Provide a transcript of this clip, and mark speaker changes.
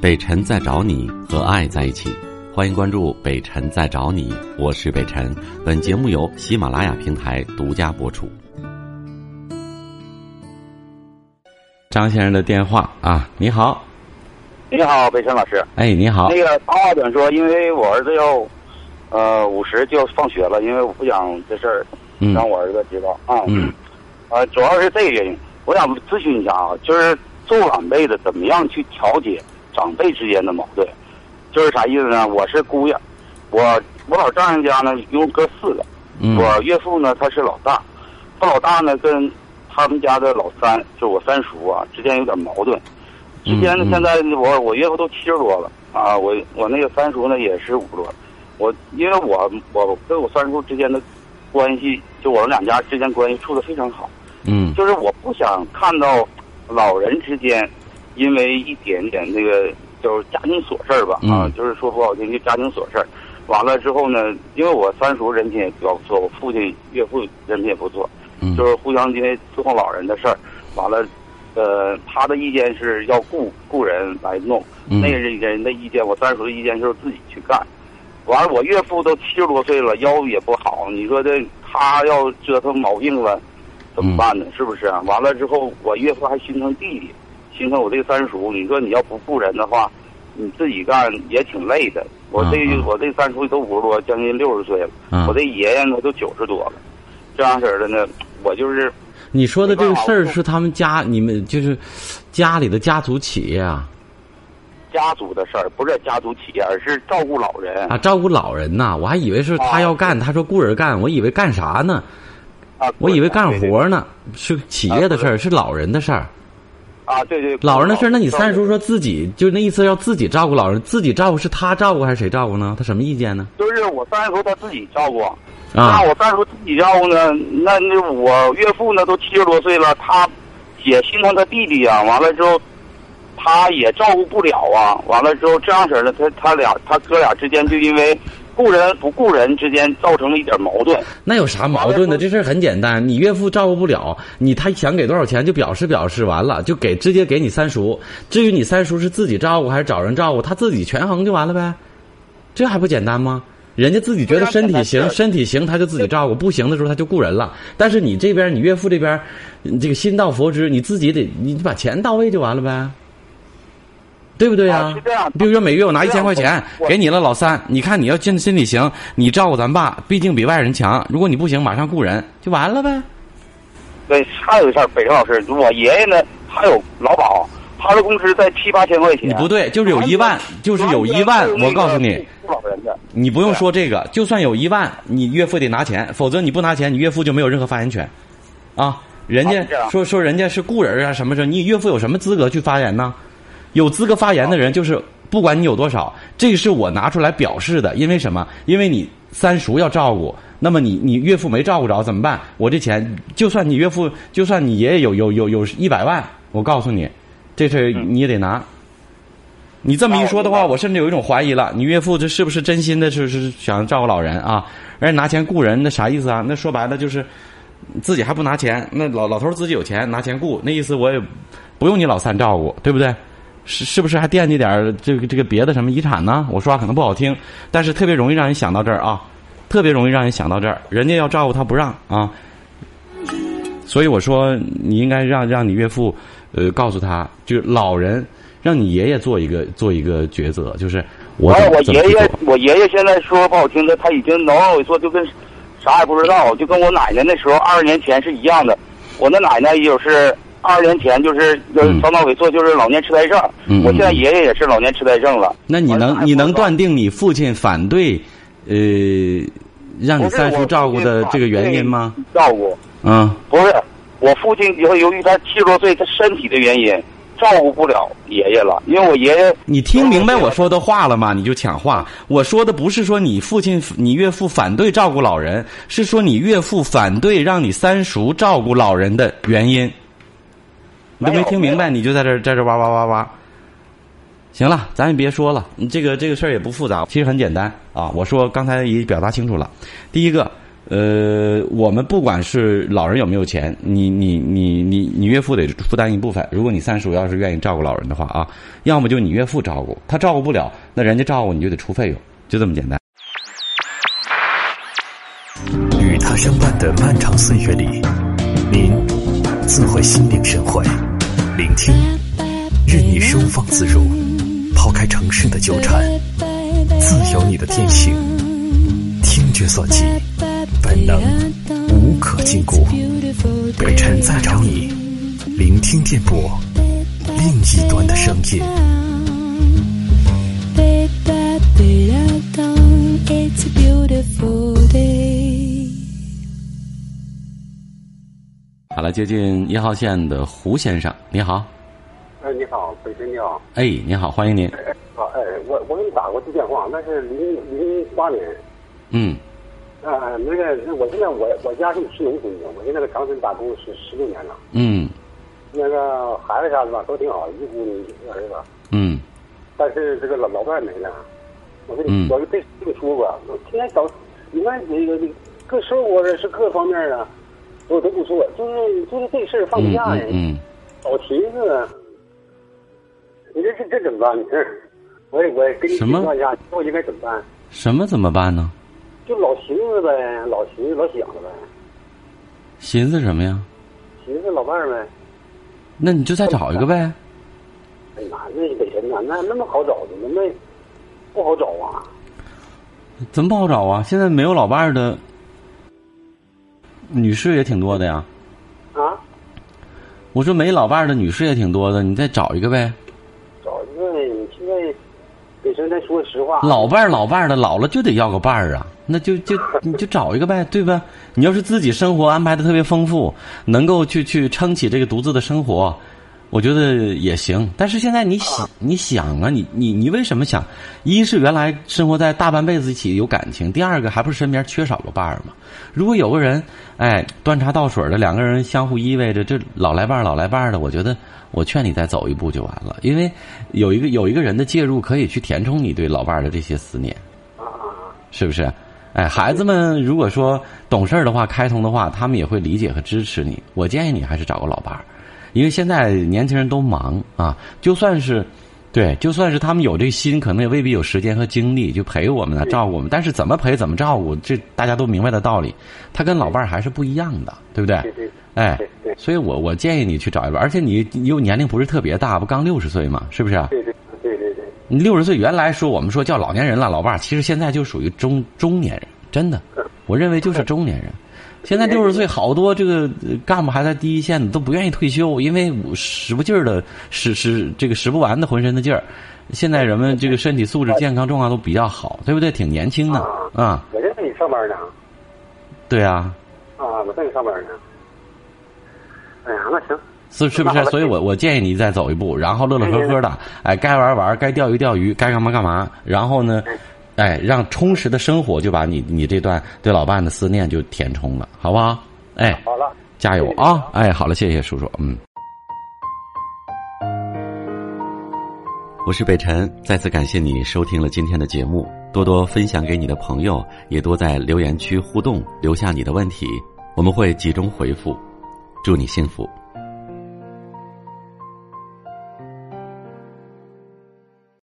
Speaker 1: 北辰在找你和爱在一起，欢迎关注北辰在找你，我是北辰。本节目由喜马拉雅平台独家播出。张先生的电话啊，你好，
Speaker 2: 你好，北辰老师。
Speaker 1: 哎，你好
Speaker 2: 那，个他好像说，因为我儿子要，呃，五十就放学了，因为我不想这事儿
Speaker 1: 嗯
Speaker 2: 让我儿子知道啊。
Speaker 1: 嗯，
Speaker 2: 呃，主要是这个原因，我想咨询一下啊，就是做晚辈的怎么样去调解长辈之间的矛盾，就是啥意思呢？我是姑爷，我我老丈人家呢一共哥四个，
Speaker 1: 嗯
Speaker 2: 我岳父呢他是老大，他老大呢跟他们家的老三，就我三叔啊，之间有点矛盾。之间呢
Speaker 1: 嗯嗯，
Speaker 2: 现在我我岳父都七十多了啊，我我那个三叔呢也是五十多了。我因为我我跟我三叔之间的关系，就我们两家之间关系处的非常好。
Speaker 1: 嗯
Speaker 2: 就是我不想看到老人之间因为一点点那个就是家庭琐事儿吧，
Speaker 1: 嗯
Speaker 2: 啊，就是说不好听就家庭琐事儿。完了之后呢，因为我三叔人品也比较不错，我父亲岳父人品也不错，
Speaker 1: 嗯
Speaker 2: 就是互相因为伺候老人的事儿，完了，呃，他的意见是要雇雇人来弄，
Speaker 1: 嗯
Speaker 2: 那个人的意见，我三叔的意见就是自己去干。完了，我岳父都七十多岁了，腰也不好，你说这他要折腾毛病了，怎
Speaker 1: 嗯
Speaker 2: 么办呢？是不是、啊？完了之后，我岳父还心疼弟弟，心疼我这个三叔。你说你要不雇人的话，你自己干也挺累的。我这、
Speaker 1: 嗯嗯
Speaker 2: 我这三叔都五十多，将近六十岁了，
Speaker 1: 嗯
Speaker 2: 我这爷爷呢都九十多了，这样式儿的呢，我就是
Speaker 3: 你说的这个事儿是他们家你们就是家里的家族企业啊
Speaker 2: 家族的事儿，不是家族企业，而是照顾老人
Speaker 3: 啊，照顾老人呐、我还以为是他要干，他说雇人干，我以为干啥呢？
Speaker 2: 啊。
Speaker 3: 我以为干
Speaker 2: 对对
Speaker 3: 活呢，是企业的事儿，是老人的事儿，
Speaker 2: 啊，对对，
Speaker 3: 老人的事儿。那你
Speaker 2: 照顾
Speaker 3: 三叔说自己就那意思要自己照顾老人，自己照顾是他照顾还是谁照顾呢？他什么意见呢？
Speaker 2: 就是我三叔他自己照顾，
Speaker 3: 啊
Speaker 2: 那我三叔自己照顾呢，那那我岳父呢都七十多岁了，他也心疼他弟弟啊，完了之后，他也照顾不了啊，完了之后这样式儿的，他他俩他哥俩之间就因为雇人不雇人之间造成了一点矛盾，
Speaker 3: 那有啥矛盾呢？这事儿很简单，你岳父照顾不了，你他想给多少钱就表示表示，完了就给直接给你三叔。至于你三叔是自己照顾还是找人照顾，他自己权衡就完了呗，这还不简单吗？人家自己觉得身体
Speaker 2: 非常简
Speaker 3: 行，
Speaker 2: 单是
Speaker 3: 身体行他就自己照顾，不行的时候他就雇人了。但是你这边，你岳父这边，你这个心到佛知，你自己得你把钱到位就完了呗。对不对
Speaker 2: 啊是这样
Speaker 3: 比如说每月我拿一
Speaker 2: 是这
Speaker 3: 千块
Speaker 2: 样
Speaker 3: 钱
Speaker 2: 我
Speaker 3: 给你了，老三，你看你要心心里行，你照顾咱爸，毕竟比外人强。如果你不行，马上雇人就完了呗。
Speaker 2: 对，还有一事儿，北辰老师，我爷爷呢，他有劳保，他的工资在七八千块钱。
Speaker 3: 你不对，就是有一万，就是有一万。我告诉你，，
Speaker 2: 老人的。
Speaker 3: 你不用说这个，就算有一万，你岳父得拿钱，否则你不拿钱，你岳父就没有任何发言权，啊，人
Speaker 2: 啊是啊
Speaker 3: 家说说人家是雇人啊什么什么，你岳父有什么资格去发言呢？有资格发言的人就是不管你有多少，这个是我拿出来表示的，因为什么？因为你三叔要照顾，那么你你岳父没照顾着怎么办？我这钱，就算你岳父，就算你爷爷有有有有一百万，我告诉你，这事儿你也得拿。你这么一说的
Speaker 2: 啊
Speaker 3: 话，
Speaker 2: 嗯我明白
Speaker 3: 我甚至有一种怀疑了，你岳父这是不是真心的，是是想照顾老人啊？而拿钱雇人，那啥意思啊？那说白了就是自己还不拿钱，那老老头儿自己有钱拿钱雇，那意思我也不用你老三照顾，对不对？是是不是还惦记点儿这个这个别的什么遗产呢？我说话可能不好听，但是特别容易让人想到这儿啊，特别容易让人想到这儿，人家要照顾他不让啊，所以我说你应该让让你岳父，呃，告诉他，就是老人，让你爷爷做一个做一个抉择，就是我
Speaker 2: 完
Speaker 3: 怎
Speaker 2: 了，
Speaker 3: 么
Speaker 2: 哦我
Speaker 3: 怎么
Speaker 2: 爷
Speaker 3: 去做
Speaker 2: 爷，我爷爷现在说不好听的，他已经能往我说就跟啥也不知道，就跟我奶奶那时候二十年前是一样的。我那奶奶也就是二十年前就是就是
Speaker 3: 嗯
Speaker 2: 小脑萎缩，就是老年痴呆症。
Speaker 3: 嗯嗯
Speaker 2: 我现在爷爷也是老年痴呆症了。
Speaker 3: 那你
Speaker 2: 完了
Speaker 3: 能
Speaker 2: 还
Speaker 3: 你
Speaker 2: 不
Speaker 3: 能
Speaker 2: 知道
Speaker 3: 断定你父亲反对，呃，让你
Speaker 2: 不是
Speaker 3: 三叔
Speaker 2: 我
Speaker 3: 照顾
Speaker 2: 父亲
Speaker 3: 的
Speaker 2: 反
Speaker 3: 这个原因吗？
Speaker 2: 对？照顾
Speaker 3: 啊，
Speaker 2: 不是，我父亲以后由于他七十多岁，他身体的原因照顾不了爷爷了，因为我爷爷
Speaker 3: 你听明白我说的话了吗？你就抢话。我说的不是说你父亲、你岳父反对照顾老人，是说你岳父反对让你三叔照顾老人的原因。你都
Speaker 2: 没
Speaker 3: 没
Speaker 2: 有
Speaker 3: 听明白，你就在这儿在这儿哇哇哇哇。行了，咱也别说了，你这个这个事儿也不复杂，其实很简单啊。我说刚才已表达清楚了。第一个，呃，我们不管是老人有没有钱，你你你你你岳父得负担一部分。如果你三叔要是愿意照顾老人的话啊，要么就你岳父照顾，他照顾不了，那人家照顾你就得出费用，就这么简单。
Speaker 4: 与他相伴的漫长岁月里，您自会心领神会，聆听，任你收放自如，抛开城市的纠缠，自由你的天性，听觉所及，本能无可禁锢。北辰在找你，聆听电波，另一端的声音。
Speaker 5: It's a beautiful day.
Speaker 3: 好了，接近一号线的胡先生，你好，
Speaker 6: 哎，你好，北辰你好，
Speaker 3: 哎，你好，欢迎您，
Speaker 6: 好，哎，我我给你打过一次电话，那是零零八年，
Speaker 3: 嗯，
Speaker 6: 啊、那个是我现在我我家是是农村的，我现在在长春打工十十六年了，
Speaker 3: 嗯，
Speaker 6: 那个孩子啥的吧都挺好，一姑娘一个儿子，
Speaker 3: 嗯，
Speaker 6: 但是这个老老伴没了，我跟
Speaker 3: 嗯
Speaker 6: 你我跟这这个说过，我天天找，你看这个各生活的是各方面啊，我都不说，就是就是这事儿放不
Speaker 3: 嗯
Speaker 6: 下呀，
Speaker 3: 嗯
Speaker 6: 老寻思，你这这这怎么办？你这，我也我也跟你
Speaker 3: 什
Speaker 6: 请
Speaker 3: 么
Speaker 6: 教一下，以后应该怎么办？
Speaker 3: 嗯，什么怎么办呢？
Speaker 6: 就老寻思呗，老寻思老想着呗，
Speaker 3: 寻思什么呀？
Speaker 6: 寻思老伴儿呗。
Speaker 3: 那你就再找一个呗。
Speaker 6: 哎呀妈，那北辰呐，那那么好找的吗？那不好找啊。
Speaker 3: 怎么不好找啊？现在没有老伴儿的女士也挺多的呀。
Speaker 6: 啊，
Speaker 3: 我说没老伴儿的女士也挺多的，你再找一个呗。
Speaker 6: 找一个你现在北辰，咱说实话，
Speaker 3: 老伴儿老伴儿的，老了就得要个伴儿啊，那就就你就找一个呗，对吧？你要是自己生活安排的特别丰富，能够去去撑起这个独自的生活，我觉得也行。但是现在你想你想啊，你你你为什么想？一是原来生活在大半辈子一起有感情，第二个还不是身边缺少个伴儿嘛。如果有个人哎端茶倒水的，两个人相互依偎着，这老来伴儿老来伴儿的，我觉得我劝你再走一步就完了，因为有一个有一个人的介入可以去填充你对老伴儿的这些思念，是不是？哎，孩子们如果说懂事儿的话、开通的话，他们也会理解和支持你。我建议你还是找个老伴儿，因为现在年轻人都忙啊，就算是。对，就算是他们有这心，可能也未必有时间和精力去陪我们啊、照顾我们。但是怎么陪、怎么照顾，这大家都明白的道理，他跟老伴儿还是不一样的，对不对？
Speaker 6: 对对
Speaker 3: 哎
Speaker 6: 对，对
Speaker 3: 所以我我建议你去找一个，而且你你又年龄不是特别大，不刚六十岁嘛，是不啊是？
Speaker 6: 对对对对对，
Speaker 3: 你六十岁原来说我们说叫老年人了，老伴儿，其实现在就属于中中年人，真的，我认为就是中年人。现在六十岁，好多这个呃干部还在第一线的，都不愿意退休，因为我使不劲儿的，使使这个使不完的浑身的劲儿。现在人们这个身体素质、健康状况都比较好，对不对？挺年轻的啊、
Speaker 6: 我正在你上班呢。
Speaker 3: 对啊，
Speaker 6: 啊，我正在上班呢。哎呀，那行，
Speaker 3: 是是不
Speaker 6: 那
Speaker 3: 是
Speaker 6: 好？了
Speaker 3: 所以我我建议你再走一步，然后乐乐呵呵的，哎，该玩玩，该钓鱼钓鱼，该干嘛干嘛，然后呢，哎，让充实的生活就把你你这段对老伴的思念就填充了，好不好？哎，
Speaker 6: 好了。
Speaker 3: 加油啊！哎，好了，谢谢叔叔，嗯。
Speaker 1: 我是北辰，再次感谢你收听了今天的节目，多多分享给你的朋友，也多在留言区互动，留下你的问题，我们会集中回复。祝你幸福。